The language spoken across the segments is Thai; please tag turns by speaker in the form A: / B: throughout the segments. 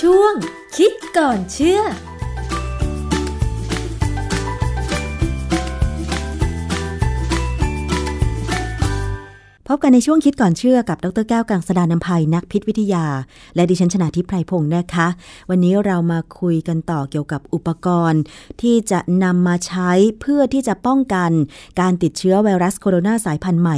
A: ช่วง คิดก่อนเชื่อ
B: พบกันในช่วงคิดก่อนเชื่อกับ ดรแก้วกังสดานนภัยนักพิษวิทยา และดิฉันชนาทิพย์ไพรพงศ์นะคะ วันนี้เรามาคุยกันต่อเกี่ยวกับอุปกรณ์ ที่จะนำมาใช้เพื่อที่จะป้องกันการติดเชื้อไวรัสโคโรนาสายพันธุ์ใหม่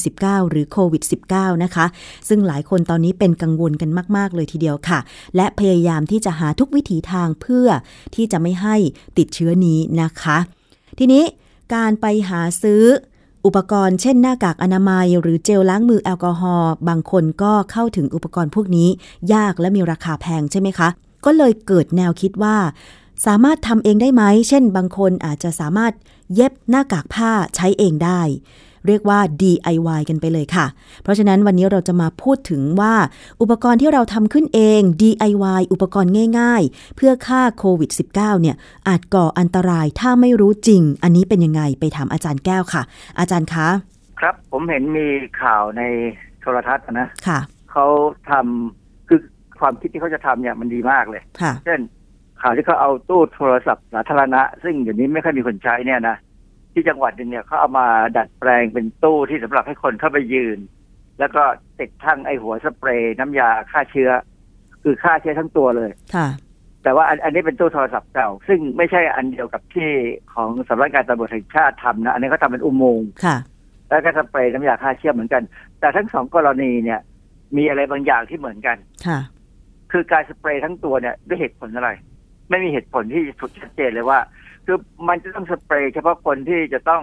B: 2019 หรือโควิด -19 นะคะ ซึ่งหลายคนตอนนี้เป็นกังวลกันมาก ๆ เลยทีเดียวค่ะ และพยายามที่จะหาทุกวิถีทางเพื่อที่จะไม่ให้ติดเชื้อนี้นะคะ ทีนี้การไปหาซื้อ อุปกรณ์เช่นหน้ากากอนามัย หรือเจลล้างมือแอลกอฮอล์บางคนก็เข้าถึงอุปกรณ์พวกนี้ ยากและมีราคาแพงใช่ไหมคะ ก็เลยเกิดแนวคิดว่า สามารถทำเองได้ไหม เช่น บางคนอาจจะสามารถเย็บหน้ากากผ้าใช้เองได้ เรียกว่า DIY กันไปเลยค่ะ เพราะฉะนั้นวันนี้เราจะมาพูดถึงว่า อุปกรณ์ที่เราทำขึ้นเอง DIY อุปกรณ์ง่าย ๆ เพื่อฆ่าโควิด -19 เนี่ย อาจก่ออันตรายถ้าไม่รู้จริง อันนี้เป็นยังไงไปถามอาจารย์แก้วค่ะ อาจารย์คะ
C: ครับผมเห็นมีข่าวในโทรทัศน์นะ
B: ค่ะ
C: เขาทำคือความคิดที่เขาจะทำเนี่ยมันดีมากเลย
B: ค่ะ
C: เช่น ข่าวที่เขาเอาตู้โทรศัพท์สาธารณะ ซึ่งเดี๋ยวนี้ไม่ค่อยมีคนใช้เนี่ยนะที่จังหวัดหนึงเนี่ยเขาเอามาดัดแปลงเป็นตู้ที่สำหรับให้คนเข้าไปยืน แล้วก็ติดทั้งไอหัวสเปรย์น้ำยาฆ่าเชื้อ คือฆ่าเชื้อทั้งตัวเลย
B: ค่ะ
C: แต่ว่าอันอันนี้เป็นตู้โทรศัพท์เก่า ซึ่งไม่ใช่อันเดียวกับที่ของสำนักงานตำรวจแห่งชาติทำนะอันนี้เขาทำเป็นอุโมงค์
B: ค่ะ
C: แล้วก็สเปรย์น้ำยาฆ่าเชื้อเหมือนกัน แต่ทั้งสองกรณีเนี่ย มีอะไรบางอย่างที่เหมือนกัน
B: ค่ะ
C: คือการสเปรย์ทั้งตัวเนี่ยด้วยเหตุผลอะไร ไม่มีเหตุผลที่สุดชัดเจนเลยว่า คือมันจะต้องสเปรย์เฉพาะคนที่จะต้อง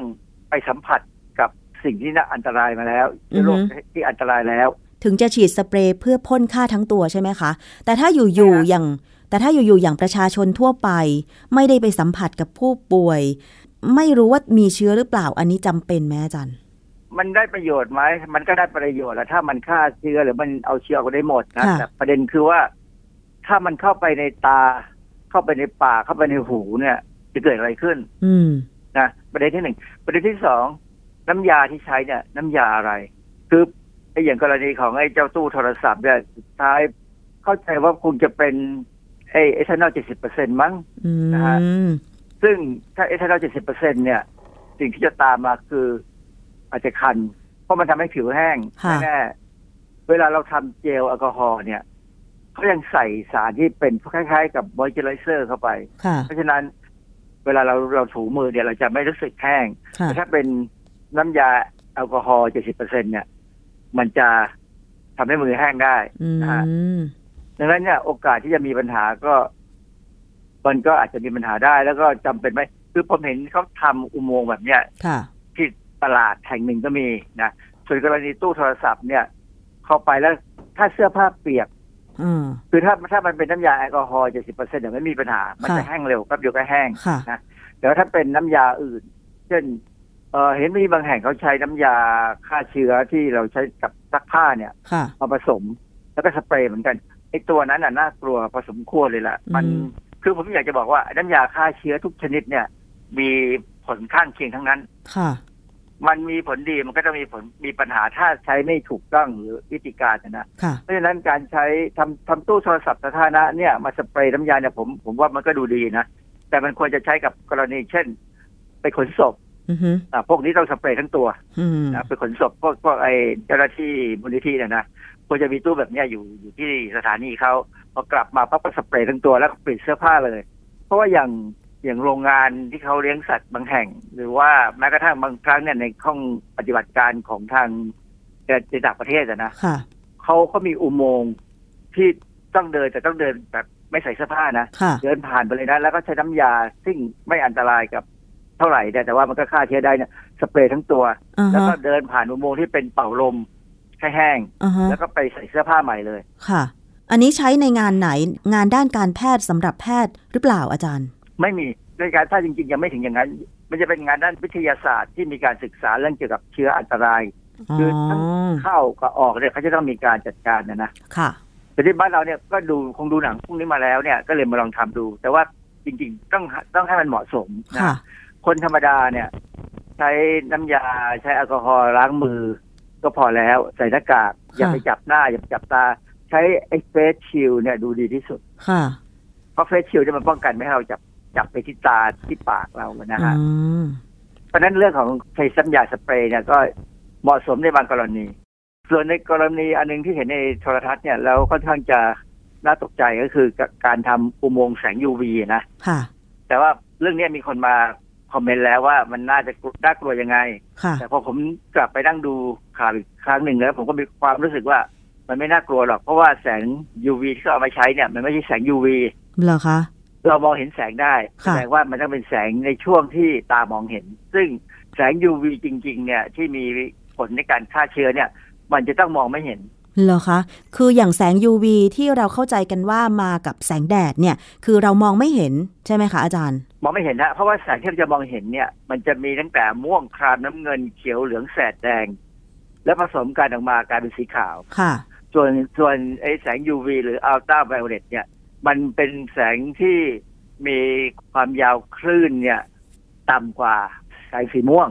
C: ไปสัมผัสกับสิ่งที่น่าอันตรายมาแล้วหรือโรคที่อันตรายแล้ว
B: ถึงจะฉีดสเปรย์เพื่อพ่นฆ่าทั้งตัวใช่ไหมคะ แต่ถ้าอยู่
C: ใช่ครับ
B: ๆอย่าง แต่ถ้าอยู่ๆอย่างประชาชนทั่วไป ไม่ได้ไปสัมผัสกับผู้ป่วย ไม่รู้ว่ามีเชื้อหรือเปล่า อันนี้จำเป็นไหมอาจารย์
C: มันได้ประโยชน์ไหม มันก็ได้ประโยชน์แหละถ้ามันฆ่าเชื้อหรือมันเอาเชื้อออกได้หมดนะ
B: ค่ะ
C: แต่ประเด็นคือว่า ถ้ามันเข้าไปในตา เข้าไปในปากเข้าไปในหูเนี่ย จะเกิดอะไรขึ้น
B: อืม
C: นะประเด็นที่หนึ่งประเด็นที่สองน้ำยาที่ใช้เนี่ยน้ำยาอะไร คือไอ้อย่างกรณีของไอ้เจ้าตู้โทรศัพท์เนี่ยสุดท้ายเข้าใจว่าคงจะเป็นไอ้เอทานอลเจ็ดสิบเปอร์เซ็นต์มั้ง
B: อื
C: นะฮะ
B: ม
C: ซึ่งถ้าเอทานอลเจ็ดสิบเปอร์เซ็นต์เนี่ย สิ่งที่จะตามมาคืออาจจะคัน เพราะมันทำให้ผิวแห้ง
B: ค่ะ
C: แน่ๆเวลาเราทำเจลแอลกอฮอล์เนี่ยเขายังใส่สารที่เป็นคล้ายๆ กับมอยเจอไรเซอร์เข้าไป
B: ค่ะ
C: เพราะฉะนั้นเวลาเราเราถูมือเนี่ยเราจะไม่รู้สึกแห้ง
B: ค่ะ
C: แต่ถ้าเป็นน้ำยาแอลกอฮอล์ 70%เนี่ย มันจะทำให้มือแห้งได้
B: อื
C: นะฮะ
B: ม
C: ดังนั้นเนี่ยโอกาสที่จะมีปัญหาก็ มันก็อาจจะมีปัญหาได้ แล้วก็จำเป็นไหมคือผมเห็นเขาทำอุโมงค์แบบเนี้ย
B: ค่ะ
C: ที่ตลาดแห่งหนึ่งก็มีนะส่วนกรณีตู้โทรศัพท์เนี่ยเข้าไปแล้วถ้าเสื้อผ้าเปียก
B: อ่า
C: คือถ้าถ้ามันเป็นน้ำยาแอลกอฮอล์ 70%เนี่ยไม่มีปัญหา มันจะ
B: ค่ะ
C: แห้งเร็วแป๊บเดียวก็แห้ง
B: ค่ะ
C: แต่ว่าถ้าเป็นน้ำยาอื่น เช่นเอ่อเห็นมีบางแห่งเขาใช้น้ำยาฆ่าเชื้อที่เราใช้กับซักผ้าเนี่ย
B: ค่ะ
C: มาผสม แล้วก็สเปรย์เหมือนกันไอ้ตัวนั้นน่ะน่ากลัวพอสมควรเลยล่ะ มัน
B: อืม
C: คือผมอยากจะบอกว่าน้ำยาฆ่าเชื้อทุกชนิดเนี่ย มีผลข้างเคียงทั้งนั้น
B: ค่ะ
C: มันมีผลดีมันก็จะมีผลมีปัญหาถ้าใช้ไม่ถูกต้องหรือวิธีการนะนะ
B: ค่ะ
C: เพราะฉะนั้นการใช้ทำทำตู้โทรศัพท์สาธารณะเนี่ยมาสเปรย์น้ำยาเนี่ยผมผมว่ามันก็ดูดีนะ แต่มันควรจะใช้กับกรณีเช่น ไปขนศพ
B: อือหือ
C: อ่าพวกนี้ต้องสเปรย์ทั้งตัว
B: อืม
C: นะเป็นขนศพพวกพวกไอเจ้าหน้าที่มูลนิธิเนี่ยนะควรจะมีตู้แบบเนี้ยอยู่อยู่ที่สถานีเขาพอกลับมาปั๊บก็สเปรย์ทั้งตัวแล้วก็เปลี่ยนเสื้อผ้าเลย เพราะว่าอย่างอย่างโรงงานที่เขาเลี้ยงสัตว์บางแห่ง หรือว่าแม้กระทั่งบางครั้งเนี่ยในห้องปฏิบัติการของทางในต่างประเทศอะนะ
B: ค่ะ
C: เขาก็มีอุโมงค์ที่ต้องเดินแต่ต้องเดินแบบไม่ใส่เสื้อผ้านะ
B: ค่ะ
C: เดินผ่านไปเลยนะแล้วก็ใช้น้ำยาซึ่งไม่อันตรายกับเท่าไหร่แต่แต่ว่ามันก็ฆ่าเชื้อได้เนี่ยสเปรย์ทั้งตัว
B: อ่า
C: แล้ว
B: ฮะ
C: ก็เดินผ่านอุโมงค์ที่เป็นเป่าลมให้แห้ง
B: อ่าฮะ
C: แล้วก็ไปใส่เสื้อผ้าใหม่เลย
B: ค่ะ อันนี้ใช้ในงานไหน งานด้านการแพทย์สำหรับแพทย์หรือเปล่าอาจารย์
C: ไม่มีในการถ้าจริงๆยังไม่ถึงอย่างนั้น มันจะเป็นงานด้านวิทยาศาสตร์ที่มีการศึกษาเรื่องเกี่ยวกับเชื้ออันตราย
B: อ๋อ
C: คือทั้ง เข้ากับออกเนี่ยเขาจะต้องมีการจัดการนะนะ
B: ค่ะ
C: แต่ที่บ้านเราเนี่ยก็ดูคงดูหนังพวกนี้มาแล้วเนี่ยก็เลยมาลองทำดู แต่ว่าจริงๆ ต้องต้องให้มันเหมาะสมนะ
B: ค่ะ
C: คนธรรมดาเนี่ย ใช้น้ำยาใช้แอลกอฮอล์ล้างมือ ก็พอแล้ว ใส่หน้ากาก อย่า
B: ค่ะ
C: ไปจับหน้า อย่าไปจับตา ใช้ไอ้เฟสชิลเนี่ยดูดีที่สุด
B: ค่ะ
C: เพราะเฟสชิลเนี่ยมันป้องกันไม่ให้เราจับจับไปที่ตาที่ปากเรานะ
B: อื
C: ฮะ
B: ม
C: เพราะฉะนั้นเรื่องของใช้สัญญาสเปรย์เนี่ยก็เหมาะสมในบางกรณี ส่วนในกรณีอันหนึงที่เห็นในโทรทัศน์เนี่ยแล้วค่อนข้างจะน่าตกใจก็คือการทำอุโมงค์แสง UV นะ
B: ค่ะ
C: แต่ว่าเรื่องเนี้ยมีคนมาคอมเมนต์แล้วว่ามันน่าจะกลัวน่ากลัวยังไง
B: ค่ะ
C: แต่พอผมกลับไปนั่งดูข่าวอีกครั้งหนึ่งแล้ว ผมก็มีความรู้สึกว่ามันไม่น่ากลัวหรอก เพราะว่าแสง UV ที่เขาเอามาใช้เนี่ย มันไม่ใช่แสง UV
B: เหรอคะ
C: เรามองเห็นแสงได้แส
B: ค่ะ
C: ดงว่ามันต้องเป็นแสงในช่วงที่ตามองเห็น ซึ่งแสง UV จริง ๆ เนี่ยที่มีผลในการฆ่าเชื้อเนี่ย มันจะต้องมองไม่เห็น
B: เหรอคะ คืออย่างแสง UV ที่เราเข้าใจกันว่ามากับแสงแดดเนี่ย คือเรามองไม่เห็นใช่ไหมคะอาจารย์
C: มองไม่เห็นนะเพราะว่าแสงที่เราจะมองเห็นเนี่ย มันจะมีตั้งแต่ม่วงครามน้ำเงินเขียวเหลืองแสดแดง แล้วผสมกันออกมากลายเป็นสีขาว
B: ค่ะ
C: ส่วนส่วนไอ้แสง UV หรืออัลตราไวโอเลตเนี่ย มันเป็นแสงที่มีความยาวคลื่นเนี่ย ต่ำกว่าแสงสีม่วง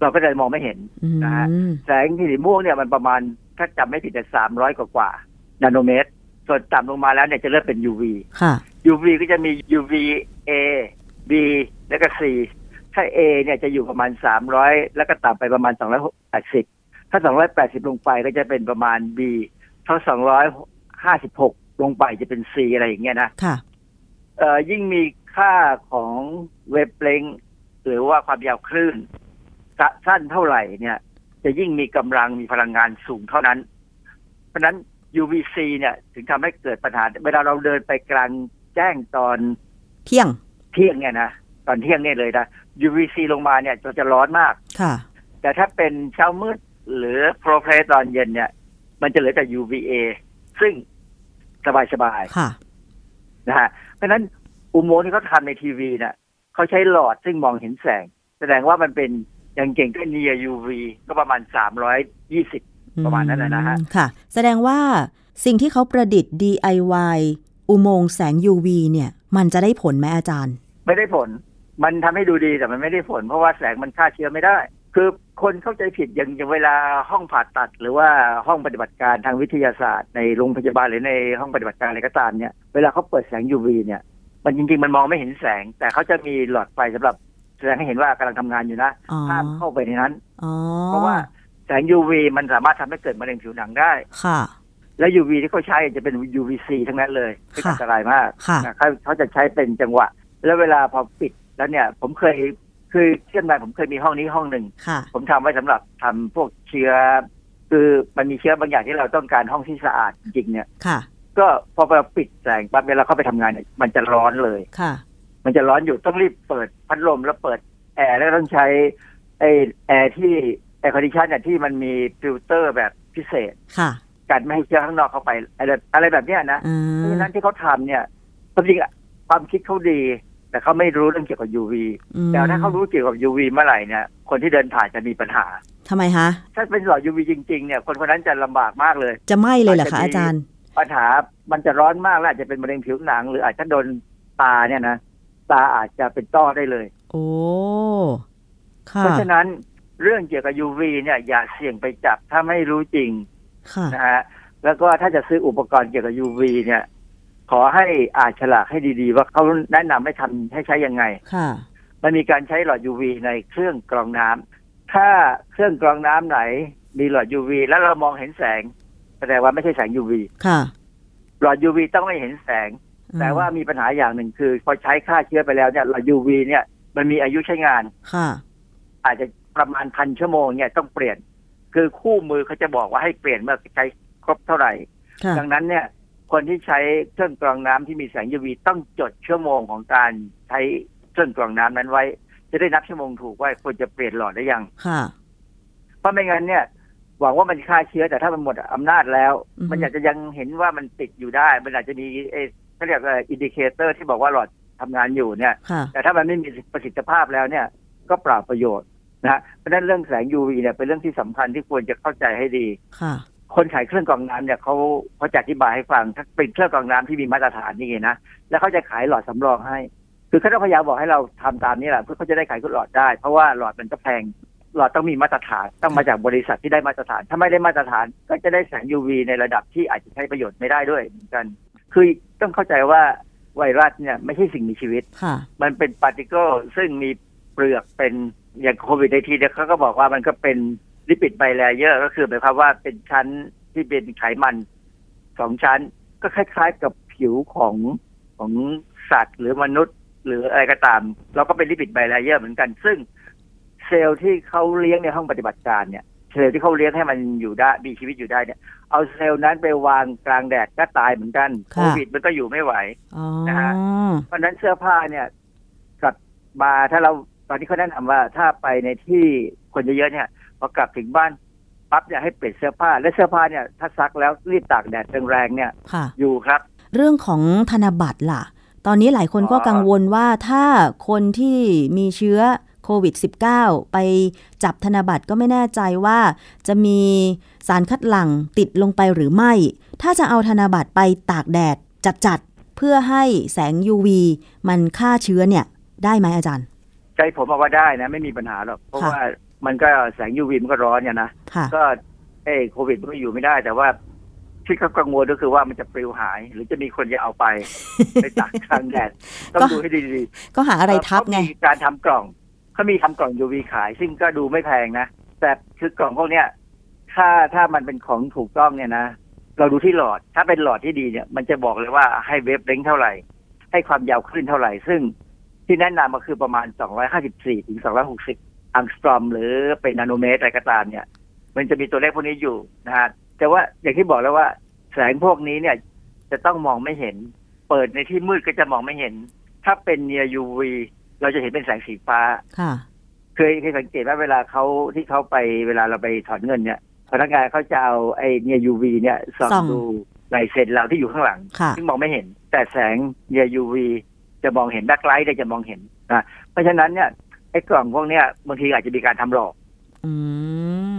C: เราก็จะมองไม่เห็น
B: อื
C: นะฮะ
B: ม
C: แสงสีม่วงเนี่ยมันประมาณถ้าจำไม่ผิดแต่สามร้อยกว่าๆนาโนเมตร ส่วนต่ำลงมาแล้วเนี่ยจะเริ่มเป็น UV
B: ค่ะ
C: UV ก็จะมี UVA B แล้วก็ C ถ้า A เนี่ยจะอยู่ประมาณ 300 แล้วก็ต่ำไปประมาณ 280 ถ้า 280 ลงไปก็จะเป็นประมาณ B ถ้า 256 ลงไปจะเป็น C อะไรอย่างเงี้ยนะ
B: ค่ะ
C: เอ่อยิ่งมีค่าของเวฟเลงหรือว่าความยาวคลื่นสสั้นเท่าไหร่เนี่ย จะยิ่งมีกำลังมีพลังงานสูงเท่านั้น เพราะฉะนั้น UVC เนี่ยถึงทำให้เกิดปัญหาเวลาเราเดินไปกลางแจ้งตอน
B: เที่ยง
C: เที่ยงเนี่ยนะตอนเที่ยงเนี่ยเลยนะ UVC ลงมาเนี่ยจะจะร้อนมาก
B: ค่ะ
C: แต่ถ้าเป็นเช้ามืดหรือโปรเพลตอนเย็นเนี่ย มันจะเหลือแต่ UVA ซึ่งสบายๆ
B: ค่ะ
C: นะฮะเพราะฉะนั้นอุโมงค์ที่เขาทำในทีวีเนี่ยเขาใช้หลอดซึ่งมองเห็นแสง แสดงว่ามันเป็นอย่างเก่งก็ near UV ก็ประมาณ 320 ประมาณนั้นน่ะนะฮะ
B: อืมค่ะ แสดงว่าสิ่งที่เขาประดิษฐ์ DIY อุโมงค์แสง UV เนี่ย มันจะได้ผลไหมอาจารย์
C: ไม่ได้ผล มันทำให้ดูดีแต่มันไม่ได้ผล เพราะว่าแสงมันฆ่าเชื้อไม่ได้ คือคนเข้าใจผิดอย่างอย่างเวลาห้องผ่าตัด หรือว่าห้องปฏิบัติการทางวิทยาศาสตร์ ในโรงพยาบาลหรือในห้องปฏิบัติการอะไรก็ตามเนี่ย เวลาเขาเปิดแสง UV เนี่ย มันจริงๆมันมองไม่เห็นแสง แต่เขาจะมีหลอดไฟสำหรับแสดงให้เห็นว่ากำลังทำงานอยู่นะ
B: อ๋อ
C: ห้ามเข้าไปในนั้น
B: อ๋อ
C: เพราะว่าแสง UV มันสามารถทำให้เกิดมะเร็งผิวหนังได้
B: ค่ะ
C: และ UV ที่เขาใช้จะเป็น UVC ทั้งนั้นเลยซึ่ง
B: ค่ะ
C: อันตรายมาก
B: ค่ะ
C: นะเขาเขาจะใช้เป็นจังหวะ แล้วเวลาพอปิดแล้วเนี่ย ผมเคยคือเชื่อนมาผมเคยมีห้องนี้ห้องหนึ่ง
B: ค่ะ
C: ผมทำไว้สำหรับทำพวกเชื้อ คือมันมีเชื้อบางอย่างที่เราต้องการห้องที่สะอาดจริงๆเนี่ย
B: ค่ะ
C: ก็พอเราปิดแสงปั๊บเวลาเข้าไปทำงานเนี่ยมันจะร้อนเลย
B: ค่ะ
C: มันจะร้อนอยู่ต้องรีบเปิดพัดลมแล้วเปิดแอร์แล้วต้องใช้ไอแอร์ที่แอร์คอนดิชันเนี่ยที่มันมีฟิลเตอร์แบบพิเศษ
B: ค่ะ
C: กันไม่ให้เชื้อข้างนอกเข้าไปอะไรอะไรแบบเนี้ยนะ
B: อืม
C: เพราะฉะนั้นที่เขาทำเนี่ยความจริงอะความคิดเขาดี แต่เขาไม่รู้เรื่องเกี่ยวกับ UV
B: อืม
C: แต่ถ้าเขารู้เกี่ยวกับ UV เมื่อไหร่เนี่ยคนที่เดินผ่านจะมีปัญหา
B: ทำไมคะ
C: ถ้าเป็นหลอด UV จริงๆเนี่ยคนคนนั้นจะลำบากมากเลย
B: จะไหม้เลยเหรอคะ
C: อาจจะมี
B: อาจารย์
C: ปัญหามันจะร้อนมากและอาจจะเป็นมะเร็งผิวหนัง หรืออาจจะโดนตาเนี่ยนะตาอาจจะเป็นต้อได้เลย
B: โอ้ ค่ะ
C: เพราะฉะนั้นเรื่องเกี่ยวกับ UV เนี่ยอย่าเสี่ยงไปจับถ้าไม่รู้จริง
B: ค่ะ
C: นะฮะแล้วก็ถ้าจะซื้ออุปกรณ์เกี่ยวกับ UV เนี่ย ขอให้อ่านฉลากให้ดีๆ ว่าเขาแนะนำให้ทำให้ใช้ยังไง
B: ค่ะ
C: มันมีการใช้หลอด UV ในเครื่องกรองน้ำถ้าเครื่องกรองน้ำไหนมีหลอด UV แล้วเรามองเห็นแสงแสดงว่าไม่ใช่แสง UV
B: ค่ะ
C: หลอด UV ต้องไม่เห็นแสง
B: อืม
C: แต่ว่ามีปัญหาอย่างหนึ่งคือ พอใช้ฆ่าเชื้อไปแล้วเนี่ยหลอด UV เนี่ยมันมีอายุใช้งาน
B: ค่ะ
C: อาจจะประมาณพันชั่วโมงเนี่ยต้องเปลี่ยน คือคู่มือเขาจะบอกว่าให้เปลี่ยนเมื่อใช้ครบเท่าไหร่
B: ค่ะ
C: ดังนั้นเนี่ยคนที่ใช้เครื่องกรองน้ำที่มีแสง UV ต้องจดชั่วโมงของการใช้เครื่องกรองน้ำนั้นไว้ จะได้นับชั่วโมงถูกว่าควรจะเปลี่ยนหลอดได้ยัง
B: ค่ะ
C: เพราะไม่งั้นเนี่ยหวังว่ามันฆ่าเชื้อแต่ถ้ามันหมดอำนาจแล้ว
B: อือฮึ
C: มันอาจจะยังเห็นว่ามันติดอยู่ได้ มันอาจจะมีเอ่อเขาเรียกว่าอินดิเคเตอร์ที่บอกว่าหลอดทำงานอยู่เนี่ย
B: ค่ะ
C: แต่ถ้ามันไม่มีประสิทธิภาพแล้วเนี่ย ก็เปล่าประโยชน์นะฮะเพราะฉะนั้นเรื่องแสง UV เนี่ยเป็นเรื่องที่สำคัญที่ควรจะเข้าใจให้ดี
B: ค่ะ
C: คนขายเครื่องกรองน้ำเนี่ยเขาเขาจะอธิบายให้ฟังถ้าเป็นเครื่องกรองน้ำที่มีมาตรฐานนี่ไงนะแล้วเขาจะขายหลอดสำรองให้ คือเขาต้องพยายามบอกให้เราทำตามนี้แหละเพื่อเขาจะได้ขายหลอดได้ เพราะว่าหลอดมันก็แพง เราต้องมีมาตรฐานต้องมาจากบริษัทที่ได้มาตรฐาน ถ้าไม่ได้มาตรฐานก็จะได้แสง UV ในระดับที่อาจจะใช้ประโยชน์ไม่ได้ด้วยเหมือนกัน คือต้องเข้าใจว่าไวรัสเนี่ยไม่ใช่สิ่งมีชีวิต
B: ค่ะ
C: มันเป็นปาร์ติเคิลซึ่งมีเปลือกเป็นอย่างโควิดในทีเนี่ยเขาก็บอกว่ามันก็เป็นลิปิดไบเลเยอร์ก็คือหมายความว่าเป็นชั้นที่เป็นไขมันสองชั้น ก็คล้ายๆกับผิวของของสัตว์หรือมนุษย์ หรืออะไรก็ตาม เราก็เป็นลิปิดไบเลเยอร์เหมือนกัน ซึ่งเซลล์ที่เขาเลี้ยงในห้องปฏิบัติการเนี่ยเซลล์ที่เขาเลี้ยงให้มันอยู่ได้มีชีวิตอยู่ได้เนี่ยเอาเซลล์นั้นไปวางกลางแดดก็ตายเหมือนกัน
B: ค่ะ
C: โควิดมันก็อยู่ไม่ไหว
B: อ๋อ
C: นะฮะ เพราะฉะนั้นเสื้อผ้าเนี่ยกลับมาถ้าเราตอนที่เขาแนะนำว่าถ้าไปในที่คนเยอะๆเนี่ยพอกลับถึงบ้านปั๊บเนี่ยให้เปลี่ยนเสื้อผ้า และเสื้อผ้าเนี่ยถ้าซักแล้วรีบตากแดดแรงๆเนี่ย
B: ค่ะ
C: อยู่ครับ
B: เรื่องของธนบัตรล่ะ ตอนนี้หลายคนก็
C: อ๋อ
B: กังวลว่าถ้าคนที่มีเชื้อโควิด -19 ไปจับธนบัตรก็ไม่แน่ใจว่าจะมีสารคัดหลั่งติดลงไปหรือไม่ ถ้าจะเอาธนบัตรไปตากแดดจัดๆ เพื่อให้แสง UV มันฆ่าเชื้อเนี่ย ได้ไหมอาจารย์
C: ใจผมเอาว่าได้นะ ไม่มีปัญหาหรอกเพราะ
B: ค่ะ
C: ว่ามันก็แสงยูวีมันก็ร้อนเนี่ยนะ
B: ค่ะ
C: ก็เอ้ยโควิดมันก็อยู่ไม่ได้ แต่ว่าที่เขากังวลก็คือว่ามันจะปลิวหาย หรือจะมีคนจะเอาไป ไปตากกลางแดดต้อ
B: ก็
C: งดูให้ดีๆ
B: ก็หาอะไรทับไง
C: เอ่อเขามีการทำกล่องเขามีทำกล่อง UV ขาย ซึ่งก็ดูไม่แพงนะ แต่คือกล่องพวกเนี้ยถ้าถ้ามันเป็นของถูกต้องเนี่ยนะ เราดูที่หลอด ถ้าเป็นหลอดที่ดีเนี่ย มันจะบอกเลยว่าให้เวฟเล้งเท่าไหร่ ให้ความยาวคลื่นเท่าไหร่ ซึ่งที่แนะนำมาคือประมาณ 254 ถึง 260 อังสตรอม หรือเป็นนาโนเมตรอะไรก็ตามเนี่ย มันจะมีตัวเลขพวกนี้อยู่นะฮะ แต่ว่าอย่างที่บอกแล้วว่าแสงพวกนี้เนี่ย จะต้องมองไม่เห็น เปิดในที่มืดก็จะมองไม่เห็น ถ้าเป็นเนีย UV เราจะเห็นเป็นแสงสีฟ้า
B: ค่ะ
C: เคยเคยสังเกตว่าเวลาเขาที่เขาไปเวลาเราไปถอนเงินเนี่ยพนักงานเขาจะเอาไอ้เนีย UV เนี่ยส่อง
B: ส่อง
C: ดูลายเซ็นเราที่อยู่ข้างหลัง
B: ค่ะ
C: ซึ่งมองไม่เห็น แต่แสงเนีย UV จะมองเห็นแบ็คไลท์เนี่ยจะมองเห็นนะเพราะฉะนั้นเนี่ยไอ้กล่องพวกเนี้ยบางทีอาจจะมีการทำหลอก
B: อื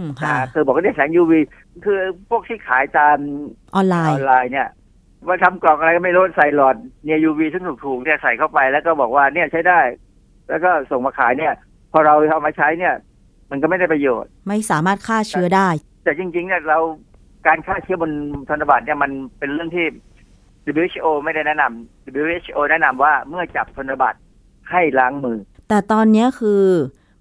B: ม
C: นะ
B: ค่ะ
C: คือบอกว่าได้แสง UV คือพวกที่ขายตาม
B: ออนไล
C: ออ
B: น์
C: นไลน์เนี่ยว่าทำกล่องอะไรก็ไม่รู้ใส่หลอดเนี่ย UV ซึ่งถูกๆเนี่ยใส่เข้าไปแล้วก็บอกว่าเนี่ยใช้ได้ แล้วก็ส่งมาขายเนี่ย พอเราเอามาใช้เนี่ย มันก็ไม่ได้ประโยชน์
B: ไม่สามารถฆ่าเชื้อได้
C: แต่จริงๆเนี่ยเราการฆ่าเชื้อบนธนบัตรเนี่ยมันเป็นเรื่องที่ WHO ไม่ได้แนะนำ WHO แนะนำว่าเมื่อจับธนบัตรให้ล้างมือ
B: แต่ตอนเนี้ยคือ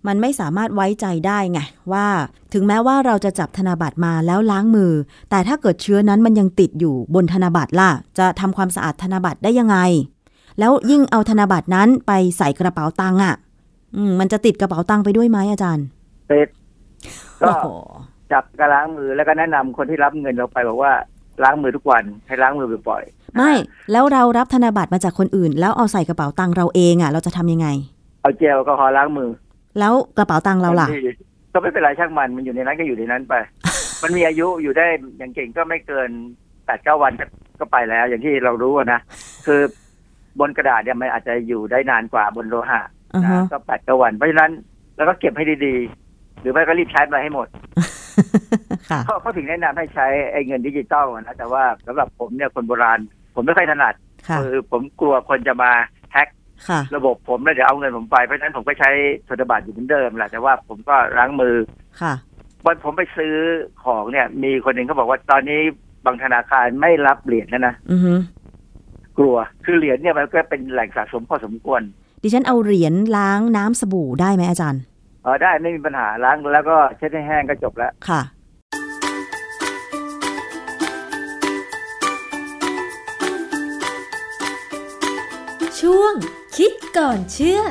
B: มันไม่สามารถไว้ใจได้ไงว่า ถึงแม้ว่าเราจะจับธนบัตรมาแล้วล้างมือ แต่ถ้าเกิดเชื้อนั้นมันยังติดอยู่บนธนบัตรล่ะ จะทำความสะอาดธนบัตรได้ยังไง แล้วยิ่งเอาธนบัตรนั้นไปใส่กระเป๋าตังค์อ่ะ อืมมันจะติดกระเป๋าตังค์ไปด้วยไหมอาจารย์
C: เป็ดก็
B: โอ้โห
C: จับกระล้างมือแล้วก็แนะนำคนที่รับเงินเราไปบอกว่าล้างมือทุกวันให้ล้างมือบ่อยๆ
B: ไม่แล้วเรารับธนบัตรมาจากคนอื่น แล้วเอาใส่กระเป๋าตังค์เราเองอ่ะ เราจะทำยังไง
C: เอาเจลแอลกอฮอล์ล้างมือ
B: แล้วกระเป๋าตังค์เราล่ะ
C: บงทีก็ไม่เป็นไรช่างมันมันอยู่ในนั้นก็อยู่ในนั้น ไป มันมีอายุอยู่ได้อย่างเก่งก็ไม่เกินแปดเก้าวันก็ก็ไปแล้ว อย่างที่เรารู้อะนะคือบนกระดาษเนี่ยมันอาจจะอยู่ได้นานกว่าบนโลหะ
B: อือ
C: นะ
B: ฮะ
C: ก็แปดเก้าวัน เพราะฉะนั้นเราก็เก็บให้ดีๆ หรือไม่ก็รีบใช้มาให้หมด
B: ค่ะ
C: เขาเขาถึงแนะนำให้ใช้ไอ้เงินดิจิตอลอะนะแต่ว่าสำหรับผมเนี่ยคนโบราณ ผมไม่ค่อยถนัด
B: ค่ะ
C: คือผมกลัวคนจะมาแฮ็ก
B: ค่ะ
C: ระบบผมแล้วเดี๋ยวเอาเงินผมไป เพราะฉะนั้นผมก็ใช้ธนบัตรอยู่เหมือนเดิมแหละแต่ว่าผมก็ล้างมือ
B: ค่ะ
C: วันผมไปซื้อของเนี่ย มีคนหนึ่งเขาบอกว่าตอนนี้บางธนาคารไม่รับเหรียญแล้วนะ
B: อือฮึ
C: กลัวคือเหรียญเนี่ยมันก็เป็นแหล่งสะสมพอสมควร
B: ดิฉันเอาเหรียญล้างน้ำสบู่ได้ไหมอาจารย์
C: เออได้ไม่มีปัญหาล้างแล้วก็เช็ดให้แห้งก็จบแล้ว
B: ค่ะ
A: ช่วงคิดก่อนเชื่อ